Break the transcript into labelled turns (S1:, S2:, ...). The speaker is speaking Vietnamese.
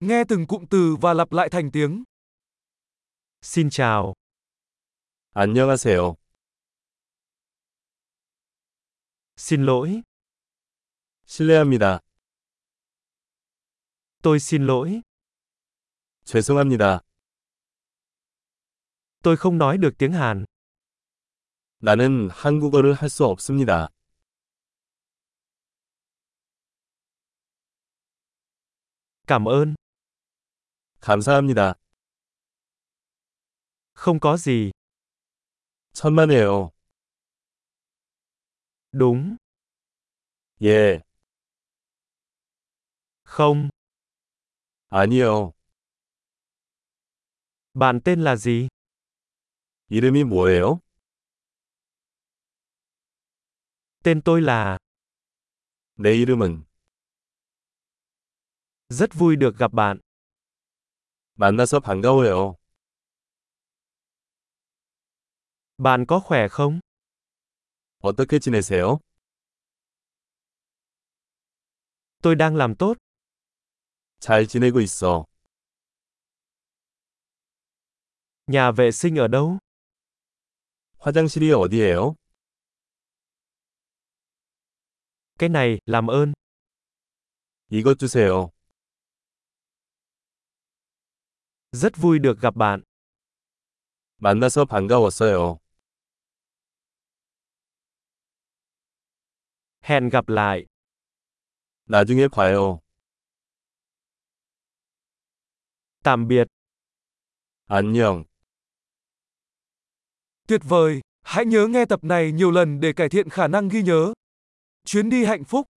S1: Nghe từng cụm từ và lặp lại thành tiếng.
S2: Xin chào.
S3: 안녕하세요.
S2: Xin lỗi.
S3: 실례합니다.
S2: Tôi xin lỗi.
S3: 죄송합니다.
S2: Tôi không nói được tiếng Hàn.
S3: 나는 한국어를 할 수 없습니다.
S2: Cảm ơn.
S3: 감사합니다.
S2: Không có gì.
S3: 천만에요.
S2: Đúng.
S3: 예,
S2: Không.
S3: 아니요.
S2: Bạn tên là gì?
S3: 이름이 뭐예요?
S2: Tên tôi là.
S3: 내 이름은
S2: Rất vui được gặp bạn.
S3: 만나서 반가워요.
S2: Bạn có khỏe không?
S3: 어떻게 지내세요?
S2: Tôi đang làm tốt.
S3: 잘 지내고 있어.
S2: Nhà vệ sinh ở đâu?
S3: 화장실이 어디예요?
S2: Cái này, làm ơn.
S3: 이것 주세요.
S2: Rất vui được gặp bạn.
S3: 만나서 반가웠어요.
S2: Hẹn gặp lại.
S3: 나중에 봐요.
S2: Tạm biệt.
S3: 안녕.
S1: Tuyệt vời! Hãy nhớ nghe tập này nhiều lần để cải thiện khả năng ghi nhớ. Chuyến đi hạnh phúc!